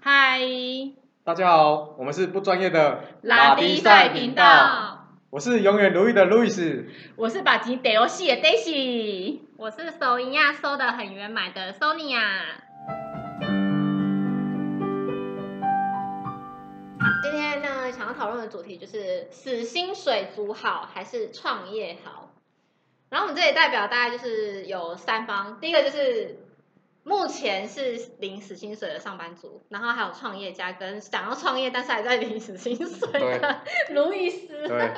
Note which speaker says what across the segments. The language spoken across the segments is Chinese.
Speaker 1: 嗨，
Speaker 2: 大家好，我们是不专业的
Speaker 1: 拉低赛频，道，
Speaker 2: 我是永远如一的路易斯。
Speaker 1: 我是把吉得游戏的 Daisy。
Speaker 3: 我是手一样收的很圆买的 Sonia。今天呢，想要讨论的主题就是死薪水族好还是创业好。然后我们这里代表大概就是有三方，第一个就是目前是领死薪水的上班族，然后还有创业家跟想要创业但是还在领死薪水的 卢易斯。
Speaker 2: 对，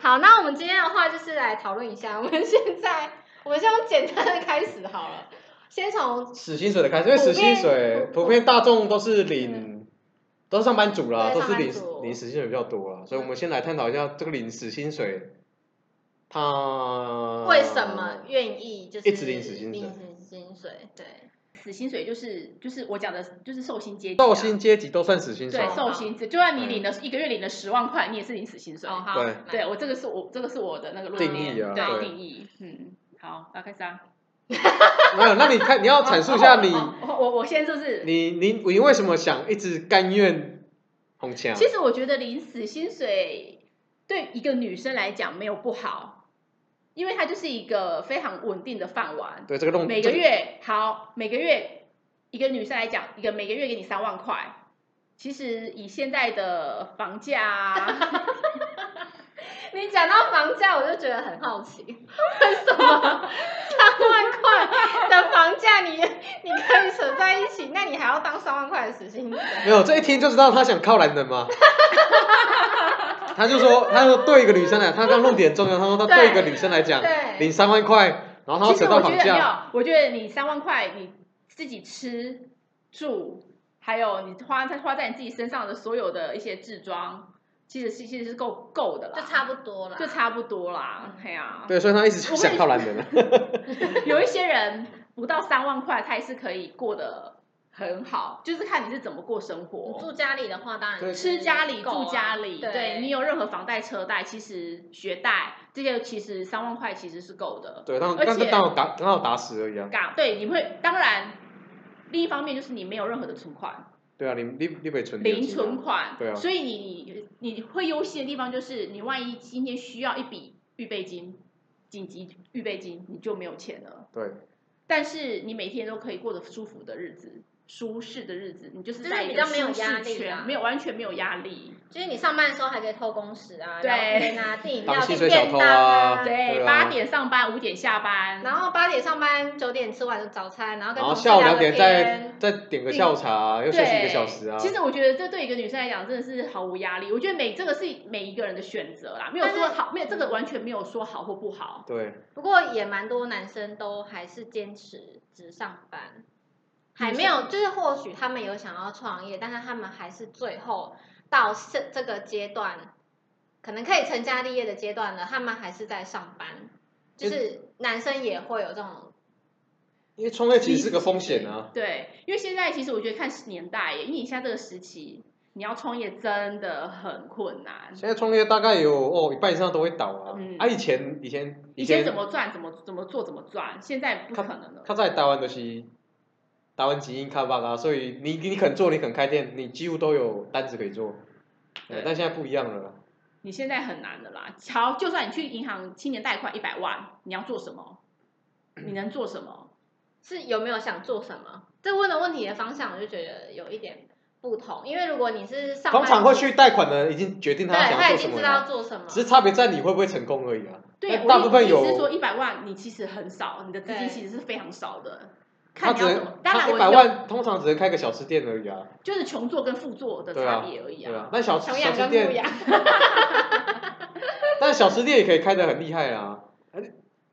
Speaker 3: 好，那我们今天的话就是来讨论一下，我们现在我们先用简单的开始好了，先从
Speaker 2: 死薪水的开始，因为死薪水
Speaker 3: 普遍
Speaker 2: 普遍大众都是领，都是上班族啦，
Speaker 3: 对
Speaker 2: 都是领
Speaker 3: 上班族
Speaker 2: 领死薪水比较多啦，所以我们先来探讨一下这个领死薪水，它
Speaker 3: 为什么愿意就是
Speaker 2: 呃一直领死薪水
Speaker 3: 领死薪水，对，
Speaker 1: 死薪水就是就是我讲的，就是寿星阶级啊、
Speaker 2: 寿星阶级都算死薪水
Speaker 1: 对
Speaker 2: 吗？
Speaker 1: 寿星，就算你领了一个月领了十万块，你也是领死薪水。
Speaker 3: 哦好，
Speaker 2: 对
Speaker 3: 来
Speaker 1: 对我这个是我这个是我的那个论
Speaker 2: 定
Speaker 1: 点
Speaker 2: 义啊
Speaker 1: 对
Speaker 2: 对
Speaker 1: 定义，嗯，好，那开始啊。
Speaker 2: 没有，那你看你要阐述一下你
Speaker 1: 哦我我我现在就是
Speaker 2: 你你你为什么想一直甘愿红墙？
Speaker 1: 其实我觉得领死薪水对一个女生来讲没有不好，因为它就是一个非常稳定的饭碗。
Speaker 2: 对这个弄
Speaker 1: 每个月好，每个月一个女生来讲，一个每个月给你三万块，其实以现在的房价啊，
Speaker 3: 你讲到房价，我就觉得很好奇，为什么三万块的房价你你可以扯在一起，那你还要当三万块的死薪水？
Speaker 2: 没有，这一听就知道他想靠男人嘛。他就说，他说对一个女生来，他刚论点重要。他说他
Speaker 1: 对
Speaker 2: 对一个女生来讲，
Speaker 3: 对，
Speaker 2: 领三万块， 然后他要
Speaker 1: 其
Speaker 2: 扯
Speaker 1: 实
Speaker 2: 到
Speaker 1: 我觉
Speaker 2: 房
Speaker 1: 得没
Speaker 2: 价，
Speaker 1: 有，我觉得你三万块你自己吃住，还有你花在花在你自己身上的所有的一些置装，其实是其实是够够的啦，
Speaker 3: 就差不多了，
Speaker 1: 就差不多啦，哎呀、
Speaker 2: 对，所以他一直想靠男人了。
Speaker 1: 有一些人不到三万块，他也是可以过得很好，就是看你是怎么过生
Speaker 3: 你
Speaker 1: 活。
Speaker 3: 住家里的话，当然
Speaker 2: 对
Speaker 3: 是
Speaker 1: 吃家里、
Speaker 3: 够啊
Speaker 1: 住家里，
Speaker 3: 对
Speaker 1: 你有任何房贷、车贷，其实学贷这些，其实三万块其实是够的。
Speaker 2: 对，当
Speaker 1: 而
Speaker 2: 当
Speaker 1: 且
Speaker 2: 当我打刚好打死而已啊。
Speaker 1: 嘎，对，你会当然，另一方面就是你没有任何的存款，
Speaker 2: 对啊，你你你北存
Speaker 1: 零存款，
Speaker 2: 对啊
Speaker 1: 所以你你你会忧心的地方就是，你万一今天需要一笔预备金，紧急预备金，你就没有钱了。
Speaker 2: 对，
Speaker 1: 但是你每天都可以过得舒服的日子，舒适的日子，你就是
Speaker 3: 就是
Speaker 1: 在一
Speaker 3: 比
Speaker 1: 个
Speaker 3: 较没有
Speaker 1: 舒适
Speaker 3: 压力
Speaker 1: 圈
Speaker 3: 啦
Speaker 1: 没有完全没有压力。
Speaker 3: 就是你上班的时候还可以偷工时啊，
Speaker 1: 对
Speaker 3: 聊天啊，订饮料、
Speaker 2: 当薪
Speaker 3: 订
Speaker 2: 水小
Speaker 3: 便
Speaker 2: 偷
Speaker 3: 当
Speaker 2: 啊对
Speaker 1: 对，
Speaker 2: 啊
Speaker 1: 八、点上班，五点下班，
Speaker 3: 然后八点上班，九点吃完早餐，然后跟
Speaker 2: 然
Speaker 3: 同
Speaker 2: 后
Speaker 3: 事
Speaker 2: 下午
Speaker 3: 聊
Speaker 2: 两
Speaker 3: 个
Speaker 2: 点再
Speaker 3: 天，
Speaker 2: 再点个下午茶，又休息一个小时啊。
Speaker 1: 其实我觉得这对一个女生来讲真的是毫无压力。我觉得每这个是每一个人的选择啦，没有说
Speaker 3: 但是嗯
Speaker 1: 好，没有这个完全没有说好或不好。
Speaker 2: 对，
Speaker 3: 不过也蛮多男生都还是坚持只上班，还没有，就是或许他们有想要创业，但是他们还是最后到这这个阶段，可能可以成家立业的阶段了，他们还是在上班，就
Speaker 2: 就是
Speaker 3: 男生也会有这种，
Speaker 2: 因为创业其实是个风险啊。
Speaker 1: 对，因为现在其实我觉得看年代耶，因为你现在这个时期，你要创业真的很困难。
Speaker 2: 现在创业大概有哦一半以上都会倒啊
Speaker 1: 嗯。
Speaker 2: 啊，以前以前
Speaker 1: 以前怎么赚怎么怎么做怎么赚，现在不可能了。
Speaker 2: 他在台湾就是台湾基因开发啊，所以你你肯做，你肯开店，你几乎都有单子可以做。对
Speaker 1: 对，
Speaker 2: 但现在不一样了啦。
Speaker 1: 你现在很难的啦。好，就算你去银行青年贷款一百万，你要做什么？你能做什么？
Speaker 3: 是有没有想做什么？这问的问题的方向，我就觉得有一点不同，因为如果你是上班
Speaker 2: 通
Speaker 3: 族，
Speaker 2: 常会去贷款的人已经决定
Speaker 3: 对
Speaker 2: 他想
Speaker 3: 他
Speaker 2: 要
Speaker 3: 已
Speaker 2: 做什
Speaker 3: 经
Speaker 2: 么
Speaker 3: 知道
Speaker 2: 了，
Speaker 3: 做什么，
Speaker 2: 只是差别在你会不会成功而已啊。
Speaker 1: 对，
Speaker 2: 但
Speaker 1: 我
Speaker 2: 大
Speaker 1: 意
Speaker 2: 部分
Speaker 1: 我意思是说
Speaker 2: 有
Speaker 1: 一百万，你其实很少，你的资金
Speaker 3: 对
Speaker 1: 其实是非常少的。
Speaker 2: 他
Speaker 1: 看你
Speaker 2: 只
Speaker 1: 要怎
Speaker 2: 能
Speaker 1: 么，当
Speaker 2: 他
Speaker 1: 然
Speaker 2: 一百
Speaker 1: 我有
Speaker 2: 万通常只能开个小吃店而已啊，
Speaker 1: 就是穷做跟富做的
Speaker 2: 对
Speaker 1: 差
Speaker 2: 啊
Speaker 1: 别而已
Speaker 2: 对
Speaker 1: 啊。
Speaker 2: 啊。但小
Speaker 3: 穷
Speaker 2: 小
Speaker 3: 养
Speaker 2: 吃
Speaker 3: 跟富
Speaker 2: 店，
Speaker 3: 养。
Speaker 2: 但小吃店也可以开得很厉害啊。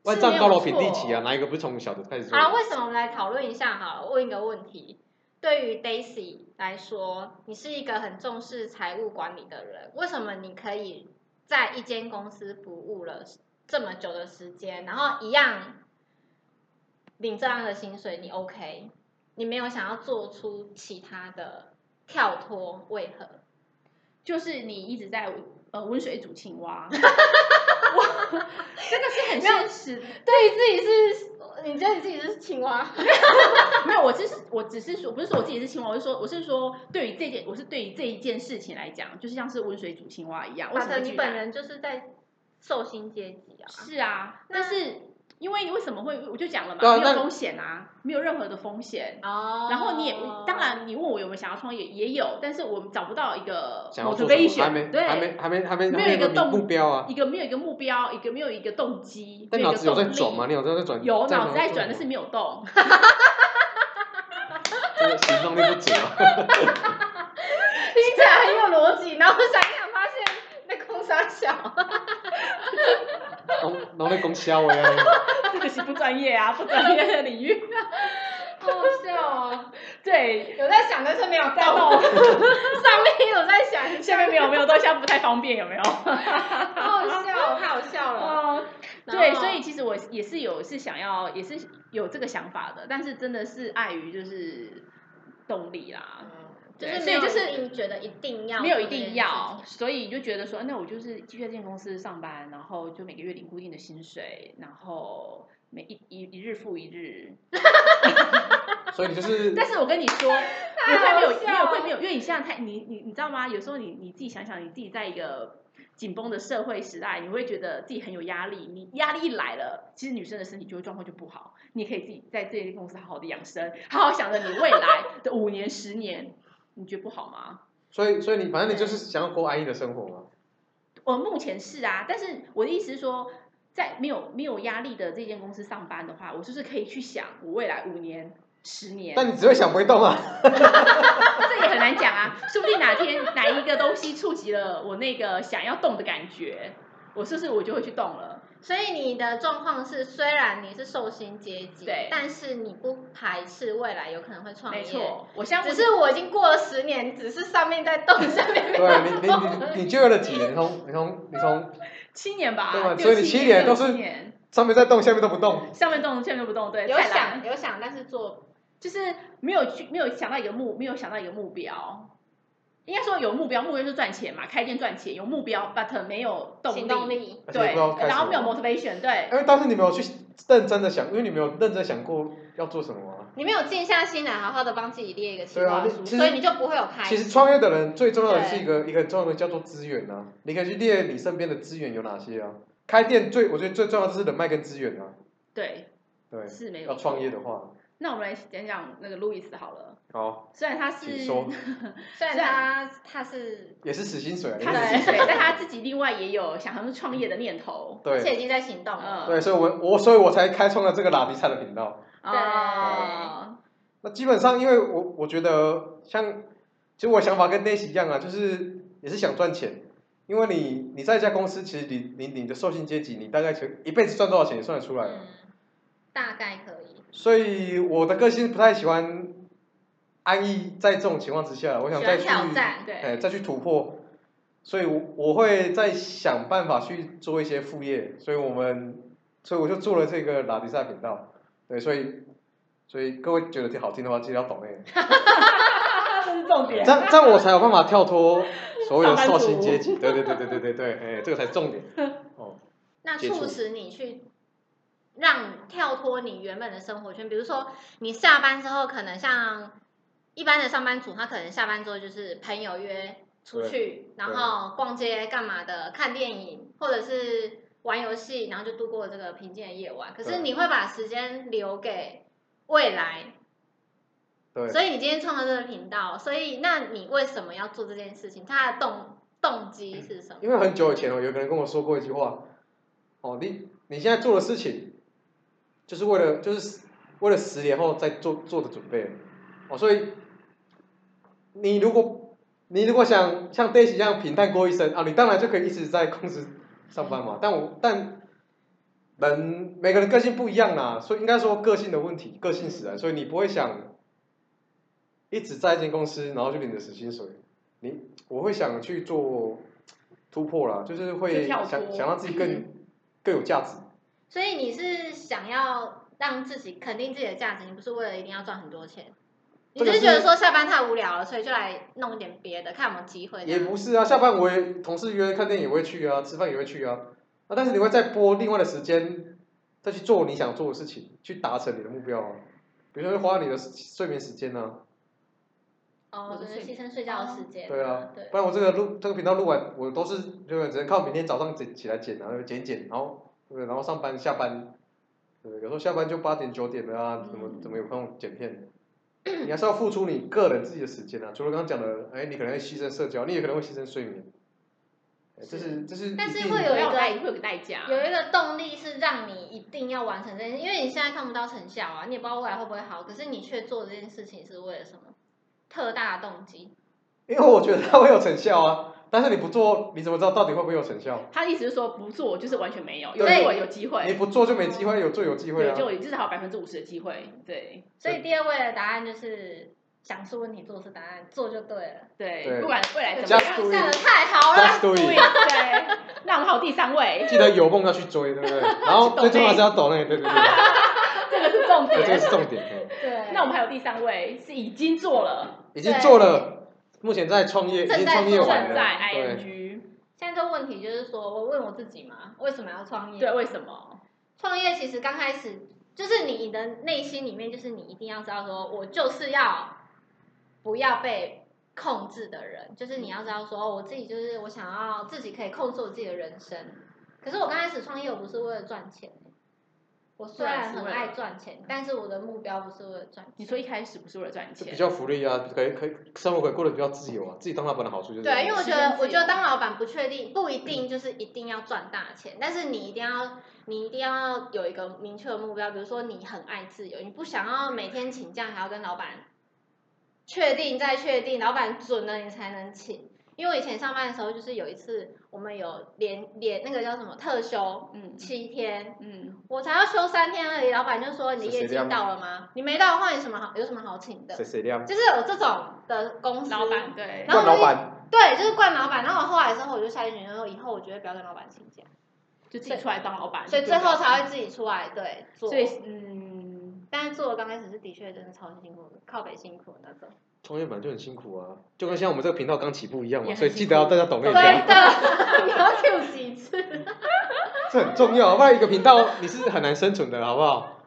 Speaker 2: 万丈高楼平地起啊，
Speaker 1: 是没有错
Speaker 2: 哪一个不是从小的开始做
Speaker 3: 好？了，为什么我们来讨论一下？好了，问一个问题。对于 Daisy 来说，你是一个很重视财务管理的人，为什么你可以在一间公司服务了这么久的时间，然后一样领这样的薪水，你 OK？你没有想要做出其他的跳脱，为何？
Speaker 1: 就是你一直在呃温水煮青 蛙，哇，真的是很现实。
Speaker 3: 对于自己是，你觉得你自己是青蛙？
Speaker 1: 没有，我只是我只是说，不是说我自己是青蛙，我是说我是说对于这件，我是对于这一件事情来讲，就是像是温水煮青蛙一样。为
Speaker 3: 马
Speaker 1: 什
Speaker 3: 特，
Speaker 1: 么
Speaker 3: 啊你
Speaker 1: 居
Speaker 3: 本
Speaker 1: 然
Speaker 3: 人就是在寿星阶级啊。
Speaker 1: 是啊，
Speaker 3: 那
Speaker 1: 但是因为你为什么会，我就讲了嘛，
Speaker 2: 对啊
Speaker 1: 没有
Speaker 2: 那
Speaker 1: 风险啊，没有任何的风险。
Speaker 3: 哦
Speaker 1: 然后你也当然，你问我有没有想要创业，也有，但是我们找不到一个
Speaker 2: 想要做什么还
Speaker 1: motivation，
Speaker 2: 没还没
Speaker 1: 对，
Speaker 2: 还没还没
Speaker 1: 没有
Speaker 2: 还没
Speaker 1: 一个
Speaker 2: 个
Speaker 1: 动
Speaker 2: 目标啊。
Speaker 1: 一个没有一个目标，一个没有一个动机，
Speaker 2: 但
Speaker 1: 没有
Speaker 2: 脑
Speaker 1: 一个
Speaker 2: 子有在
Speaker 1: 动力
Speaker 2: 转吗？你有在转？
Speaker 1: 有脑子在转，
Speaker 2: 的
Speaker 1: 但是没有动。
Speaker 2: 这个行动力不足啊。
Speaker 3: 听起来很有逻辑，然后想一想发现那空沙小，
Speaker 2: 然后然后在拱笑我呀。
Speaker 1: 这个是不专业啊，不专业的领域。
Speaker 3: 好好笑哦。
Speaker 1: 对，
Speaker 3: 有在想，但是没有
Speaker 1: 在
Speaker 3: 动。
Speaker 1: 动，
Speaker 3: 上面有在想，
Speaker 1: 下面没有没有动，现在不太方便，有没有？
Speaker 3: 好好笑，太好笑 了。
Speaker 1: 哦，
Speaker 3: 然
Speaker 1: 对，
Speaker 3: 后
Speaker 1: 所以其实我也是有是想要，也是有这个想法的，但是真的是碍于就是动力啦，
Speaker 3: 就是
Speaker 1: 所以嗯就是
Speaker 3: 没有一定觉得一定要，
Speaker 1: 没有一定要，。所以就觉得说，那我就是继续在这间公司上班，然后就每个月领固定的薪水，然后每一一一日复一日。
Speaker 2: 所以你就是
Speaker 1: 但是我跟 你说，
Speaker 3: 太
Speaker 1: 你会没有
Speaker 3: 好
Speaker 1: 没
Speaker 3: 笑哦
Speaker 1: 有
Speaker 3: 了
Speaker 1: 会没有，因为你现在太你你你知道吗？有时候你你自己想想，你自己在一个紧绷的社会时代，你会觉得自己很有压力。你压力一来了，其实女生的身体就会状况就不好。你可以自己在这间公司好好的养生，好好想着你未来的五年、十年，你觉得不好吗？
Speaker 2: 所以所以你反正你就是想要过安逸的生活嘛。
Speaker 1: 我目前是啊，但是我的意思是说，在没有没有压力的这间公司上班的话，我就是可以去想我未来五年、十年。
Speaker 2: 但你只会想不会动啊。
Speaker 1: 这也很难讲啊，说不定哪天哪一个东西触及了我那个想要动的感觉，我是不是我就会去动了？
Speaker 3: 所以你的状况是，虽然你是寿星阶级，
Speaker 1: 对
Speaker 3: 但是你不排斥未来有可能会创业。
Speaker 1: 没，错，我相
Speaker 3: 只
Speaker 1: 信
Speaker 3: 是我已经过了十年，只是上面在动，下面没
Speaker 2: 对
Speaker 3: 有
Speaker 2: 啊，
Speaker 3: 动。
Speaker 2: 你你你你就业了几年？你从你从你从
Speaker 1: 七年吧，
Speaker 2: 对啊
Speaker 1: 六
Speaker 2: 所以你
Speaker 1: 七
Speaker 2: 七年
Speaker 1: 六
Speaker 2: 都是
Speaker 1: 七年
Speaker 2: 上面在动，下面都不动。
Speaker 1: 上面动，下面都不动，对，
Speaker 3: 有
Speaker 1: 太懒
Speaker 3: 想
Speaker 1: 了，
Speaker 3: 有想，但是做
Speaker 1: 就是没有去没有想到一个目，没有想到一个目标。应该说有目标，目标就是赚钱嘛，开店赚钱，有目标，but 没有动力，
Speaker 3: 行动力。
Speaker 2: 而且也不
Speaker 1: 对
Speaker 2: 知道，开
Speaker 1: 然
Speaker 2: 什
Speaker 1: 后没有
Speaker 2: 么。
Speaker 1: motivation，对，
Speaker 2: 因为当时你没有去认真的想，因为你没有认真想过要做什么啊。
Speaker 3: 你没有静下心来，好好的帮自己列一个计
Speaker 2: 对啊
Speaker 3: 划
Speaker 2: 你
Speaker 3: 书，
Speaker 2: 其实
Speaker 3: 所以你就不会有排
Speaker 2: 其
Speaker 3: 斥。
Speaker 2: 实创业的人最重要的是一个一个很重要的叫做资源啊，你可以去列你身边的资源有哪些啊。开店最我觉得最重要的是人脉跟资源啊，
Speaker 1: 对，
Speaker 2: 对，
Speaker 1: 是没有
Speaker 2: 要
Speaker 1: 错
Speaker 2: 创业。的话，
Speaker 1: 那我们来讲讲那个路易斯好了，
Speaker 2: 好，
Speaker 1: 虽然他是
Speaker 2: 请说
Speaker 3: 虽然他他是，
Speaker 2: 也是死薪水啊，
Speaker 1: 他
Speaker 3: 对
Speaker 2: 也
Speaker 1: 自己
Speaker 2: 是死薪
Speaker 1: 对，
Speaker 2: 水
Speaker 1: 但他自己另外也有想要创业的念头。
Speaker 3: 而且
Speaker 2: 对
Speaker 3: 已经在行动了。
Speaker 1: 嗯，
Speaker 2: 对，所以我我所以我才开创了这个拉迪菜的频道。
Speaker 1: 嗯哦，
Speaker 2: 那基本上，因为我我觉得像，其实我想法跟 n a 一样啊，就是也是想赚钱。因为你你在一家公司，其实你你你的授信阶级，你大概其实一辈子赚多少钱也算得出来。
Speaker 3: 嗯，大概可以。
Speaker 2: 所以我的个性不太喜欢安逸，在这种情况之下，我想
Speaker 3: 喜
Speaker 2: 再
Speaker 3: 欢
Speaker 2: 去
Speaker 3: 挑战，
Speaker 1: 对，
Speaker 2: 哎再去突破。所以我，我会再想办法去做一些副业。所以我们，所以我就做了这个拉迪赛频道。对，所以所以各位觉得挺好听的话，记得要懂那个。
Speaker 1: 这是重点
Speaker 2: 这。样这样我才有办法跳脱所谓的
Speaker 1: 上班族
Speaker 2: 受薪阶级。对对对对对对对，哎，这个才是 重点。哦，
Speaker 3: 那
Speaker 2: 接
Speaker 3: 促
Speaker 2: 触
Speaker 3: 使你去让跳脱你原本的生活圈，比如说你下班之后，可能像一般的上班族，他可能下班之后就是朋友约出去，然后逛街干嘛的，看电影或者是玩游戏，然后就度过这个平静的夜晚。可是
Speaker 2: 对
Speaker 3: 你会把时间留给未来，
Speaker 2: 对。
Speaker 3: 所以你今天创了这个频道，所以那你为什么要做这件事情？它的动动机是什么？
Speaker 2: 因为很久以前哦，有个人跟我说过一句话，哦，你你现在做的事情，就是为了就是为了十年后再做做的准备，哦，所以你如果你如果想像 Daisy 一样平淡过一生啊，你当然就可以一直在公司上班嘛。但我但人每个人个性不一样啦，所以应该说个性的问题，个性使然，所以你不会想一直在一间公司，然后就领着死薪水。你我会想去做突破啦，就是
Speaker 1: 就
Speaker 2: 会
Speaker 1: 跳
Speaker 2: 想
Speaker 1: 脱
Speaker 2: 想让自己 更更有价值。
Speaker 3: 所以你是想要让自己肯定自己的价值，你不是为了一定要赚很多钱，你只是觉得说下班太无聊了，所以就来弄一点别的，看有没有机会这
Speaker 2: 也
Speaker 3: 样。
Speaker 2: 不是啊，下班我也同事约看电影我会去啊，吃饭也会去啊。啊，但是你会再拨另外的时间，再去做你想做的事情，去达成你的目标啊。比如说，花你的睡眠时间啊，
Speaker 3: 哦，
Speaker 1: 我
Speaker 3: 只
Speaker 1: 的
Speaker 3: 能
Speaker 1: 睡
Speaker 3: 牺牲睡觉的时间。
Speaker 2: 对啊
Speaker 3: 对
Speaker 2: 不。然我这个录这个频道录完，我都是就是只能靠明天早上剪起来剪，然后剪一剪，然后对不对？然后上班下班，对不对有时候下班就八点九点了啊，怎么怎么有空剪片？你还是要付出你个人自己的时间啊。除了刚刚讲的，哎，你可能会牺牲社交，你也可能会牺牲睡眠，哎这是这是一定的。
Speaker 3: 但是会有
Speaker 1: 要
Speaker 3: 一
Speaker 1: 有
Speaker 3: 个
Speaker 1: 代会有个代价。
Speaker 3: 有一个动力是让你一定要完成这件事，因为你现在看不到成效啊，你也不知道未来会不会好，可是你却做这件事情是为了什么？特大的动机。
Speaker 2: 因为我觉得它会有成效啊，但是你不做，你怎么知道到底会不会有成效？
Speaker 1: 他的意思是说不做就是完全没有，有
Speaker 2: 对
Speaker 1: 做有机
Speaker 2: 你
Speaker 1: 会，
Speaker 2: 不做就没机会，有做有机会
Speaker 1: 对，
Speaker 2: 啊。
Speaker 1: 就有至少百分之五十的机会，对
Speaker 3: 所以第二位的答案就是想出问题，做出答案，做就对了。
Speaker 1: 对，
Speaker 2: 对
Speaker 1: 不管未来怎么
Speaker 2: Just
Speaker 1: 样，
Speaker 2: do
Speaker 3: 讲
Speaker 2: it
Speaker 3: 的太好了。
Speaker 2: Just do
Speaker 1: 对
Speaker 2: it，
Speaker 1: 对，那我们还有第三 位，
Speaker 2: 记得有梦要去追，对不对？然后最重要是要抖那个，对对对，
Speaker 1: 这个是 重
Speaker 2: 对这个
Speaker 1: 点。
Speaker 2: 是重点。对
Speaker 3: 对。
Speaker 1: 那我们还有第三位是已经做了，
Speaker 2: 已经做了，目前在创业，已
Speaker 3: 正在
Speaker 2: 经创业
Speaker 3: 做
Speaker 2: 完了，
Speaker 1: 正在
Speaker 2: 对，
Speaker 1: ing，
Speaker 3: 现在这个问题就是说，我问我自己嘛，为什么要创业？
Speaker 1: 对，为什么？
Speaker 3: 创业其实刚开始就是你的内心里面，就是你一定要知道说，我就是要不要被控制的人，就是你要知道说，我自己就是我想要自己可以控制我自己的人生。可是我刚开始创业，我不是为了赚钱，我虽然很爱赚钱，但是我的目标不是为了赚钱。
Speaker 1: 你说一开始不是为了赚
Speaker 2: 就比
Speaker 1: 钱，
Speaker 2: 较福利啊，可以可以生活可以过得比较自由啊，自己当老板的好处就是这
Speaker 3: 对，因为
Speaker 2: 样
Speaker 3: 我
Speaker 1: 时
Speaker 3: 觉
Speaker 1: 间
Speaker 3: 得
Speaker 1: 自，
Speaker 3: 我觉得
Speaker 1: 由
Speaker 3: 当老板不确定，不一定就是一定要赚大钱，但是你一定要，你一定要有一个明确的目标，比如说你很爱自由，你不想要每天请假还要跟老板确定再确定，老板准了你才能请。因为我以前上班的时候，就是有一次我们有连连那个叫什么特休
Speaker 1: 嗯
Speaker 3: 七天，
Speaker 1: 嗯，
Speaker 3: 我才要休三天而已，老板就说你
Speaker 2: 是谁
Speaker 3: 业绩
Speaker 2: 这样
Speaker 3: 到了吗？你没到的话，有什么好有什么好请的
Speaker 2: 谁？谁亮，
Speaker 3: 就是有这种的公司
Speaker 1: 老板对
Speaker 3: 然后
Speaker 2: 冠老板
Speaker 3: 对，就是惯老板。然后我后来之后，我就下定决心说，以后我绝对不要跟老板请假，
Speaker 1: 就自己出来当老板，
Speaker 3: 所以最后才会自己出来对做。
Speaker 1: 所以嗯，
Speaker 3: 但是做的刚开始是的确真的超辛苦的，靠北辛苦的那种。
Speaker 2: 创业本来就很辛苦啊，就跟像我们这个频道刚起步一样嘛，
Speaker 1: 也很
Speaker 2: 所以
Speaker 1: 辛
Speaker 2: 记得要
Speaker 1: 苦
Speaker 2: 大家懂那
Speaker 1: 对
Speaker 2: 一条。
Speaker 3: 真的， 你要 Q 几次？
Speaker 2: 这很重要，不然一个频道你是很难生存的，好不好？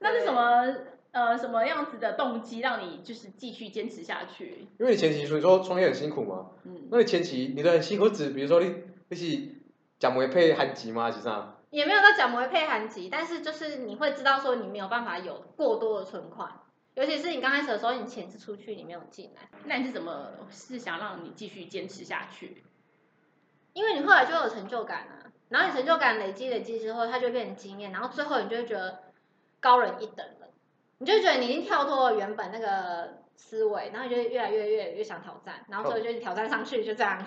Speaker 1: 那是什么呃什么样子的动机让你就是继续坚持下去？
Speaker 2: 因为你前期说你说创业很辛苦嘛，
Speaker 1: 嗯，
Speaker 2: 那你前期你的很辛苦指，比如说你你是讲维配韩籍吗？还是啊啥？
Speaker 3: 也没有到讲不会配韩籍，但是就是你会知道说你没有办法有过多的存款，尤其是你刚开始的时候，你钱是出去，你没有进来。
Speaker 1: 那你是怎么是想让你继续坚持下去？
Speaker 3: 因为你后来就会有成就感啊，然后你成就感累积累积之后，它就会变成经验，然后最后你就会觉得高人一等了，你就会觉得你已经跳脱了原本那个思维，然后你就越来越越越想挑战，然后最后就挑战上去，就这样。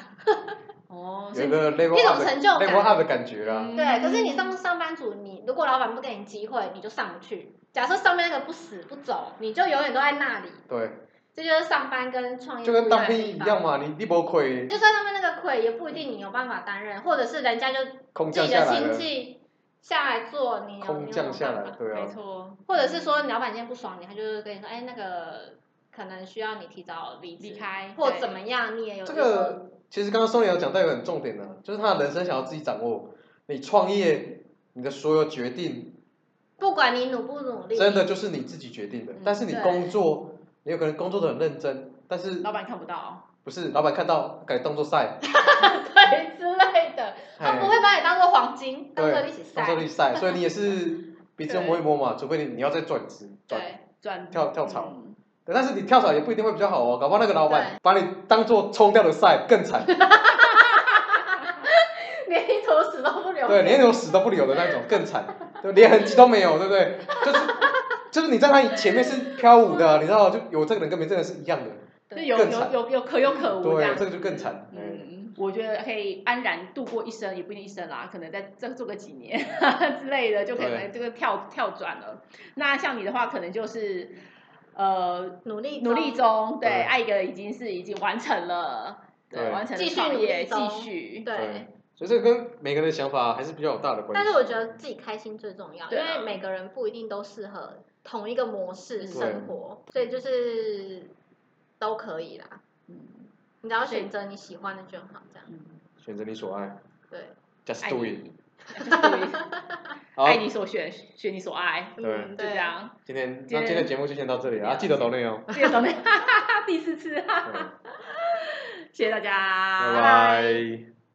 Speaker 1: 哦
Speaker 2: 有一个 level
Speaker 3: 一种
Speaker 2: up 的
Speaker 3: 成就感嗯
Speaker 2: level up 的感觉啦。
Speaker 3: 对，啊可是你上上班族，你如果老板不给你机会，你就上不去。假设上面那个不死不走，你就永远都在那里。
Speaker 2: 对，
Speaker 3: 这就是上班跟创业
Speaker 2: 就
Speaker 3: 不一
Speaker 2: 跟
Speaker 3: 样
Speaker 2: 当
Speaker 3: 的
Speaker 2: 兵
Speaker 3: 地
Speaker 2: 一
Speaker 3: 方
Speaker 2: 样。嘛，你你不亏，
Speaker 3: 就算他们那个亏，也不一定你有办法担任，或者是人家就
Speaker 2: 空
Speaker 3: 自
Speaker 2: 降
Speaker 3: 己
Speaker 2: 下
Speaker 3: 的
Speaker 2: 来
Speaker 3: 亲
Speaker 2: 了，
Speaker 3: 戚下来做，你有你有
Speaker 2: 空
Speaker 3: 没有
Speaker 2: 降
Speaker 3: 办
Speaker 2: 下来，
Speaker 3: 法？
Speaker 2: 对
Speaker 1: 没
Speaker 2: 啊，
Speaker 1: 错，嗯
Speaker 3: 或者是说你老板今天不爽你，他就是跟你说，哎，那个可能需要你提早离职
Speaker 1: 离，开
Speaker 3: 或
Speaker 1: 对
Speaker 3: 怎么样，你也有
Speaker 2: 这个其实刚刚 Sony 有讲到一个很重点的、啊就是他的人生想要自己掌握。你创业，你的所有决定，
Speaker 3: 不管你努不努力，
Speaker 2: 真的就是你自己决定的
Speaker 1: 嗯。
Speaker 2: 但是你
Speaker 3: 对
Speaker 2: 工作，你有可能工作的很认真，但是
Speaker 1: 老板看不 到，
Speaker 2: 不是老板看到改当做赛，
Speaker 3: 对之类的， 他不
Speaker 2: 嘿
Speaker 3: 会把你当做黄金，当做
Speaker 2: 对
Speaker 3: 一起晒
Speaker 2: 当。做例赛，所以你 也是鼻子摸一摸嘛，除非你你要再转职转。
Speaker 3: 对，
Speaker 1: 转
Speaker 2: 跳跳槽
Speaker 1: 嗯
Speaker 2: 对但是你跳槽也不一定会比较好哦，搞不好那个老板把你当做冲掉的赛更惨，
Speaker 3: 连一坨屎都不留。
Speaker 2: 对，连有死都不留的那种更惨，对，连痕迹都没有，对不对？就是就是你在他前面是飘舞的，你知道，就有这个人跟没这个人是一样的，
Speaker 1: 就
Speaker 3: 对
Speaker 1: 有
Speaker 2: 更
Speaker 1: 有
Speaker 2: 惨
Speaker 1: 有有可有可无这
Speaker 2: 对，
Speaker 1: 样
Speaker 2: 这。个就更惨。嗯
Speaker 1: 嗯，我觉得可以安然度过一生，也不一定一生啦，可能再再做个几年之类的，就可能
Speaker 2: 对
Speaker 1: 这个跳跳转了。那像你的话，可能就是呃
Speaker 3: 努力
Speaker 1: 努力
Speaker 3: 中
Speaker 1: 中，对，
Speaker 2: 对
Speaker 1: 爱一个已经是已经完成了，对，
Speaker 2: 对
Speaker 1: 完成了
Speaker 3: 继续
Speaker 1: 创
Speaker 3: 努力
Speaker 1: 业，继
Speaker 3: 中
Speaker 1: 续，
Speaker 3: 对。
Speaker 2: 所以这个跟每个人的想法还是比较有大的关系。
Speaker 3: 但是我觉得自己开心最重要，因
Speaker 1: 对啊
Speaker 3: 为每个人不一定都适合同一个模式生活，所以就是都可以啦。
Speaker 1: 嗯
Speaker 3: 你只要选择你喜欢的就好，这样
Speaker 1: 嗯，
Speaker 2: 选择你所爱
Speaker 3: 对，
Speaker 2: ，just
Speaker 1: 爱
Speaker 2: do
Speaker 1: 你
Speaker 2: it。，好，
Speaker 1: 爱你所选，选你所爱，
Speaker 2: 对
Speaker 3: 嗯，
Speaker 1: 就这
Speaker 3: 对，
Speaker 1: 样。
Speaker 2: 今天
Speaker 1: 今
Speaker 2: 那
Speaker 1: 天
Speaker 2: 今天的节目就先到这里啊，
Speaker 1: 了
Speaker 2: 记得抖内 哦。
Speaker 1: 这个懂 的，第四次，
Speaker 2: 对
Speaker 1: 谢谢大家，
Speaker 2: 拜拜。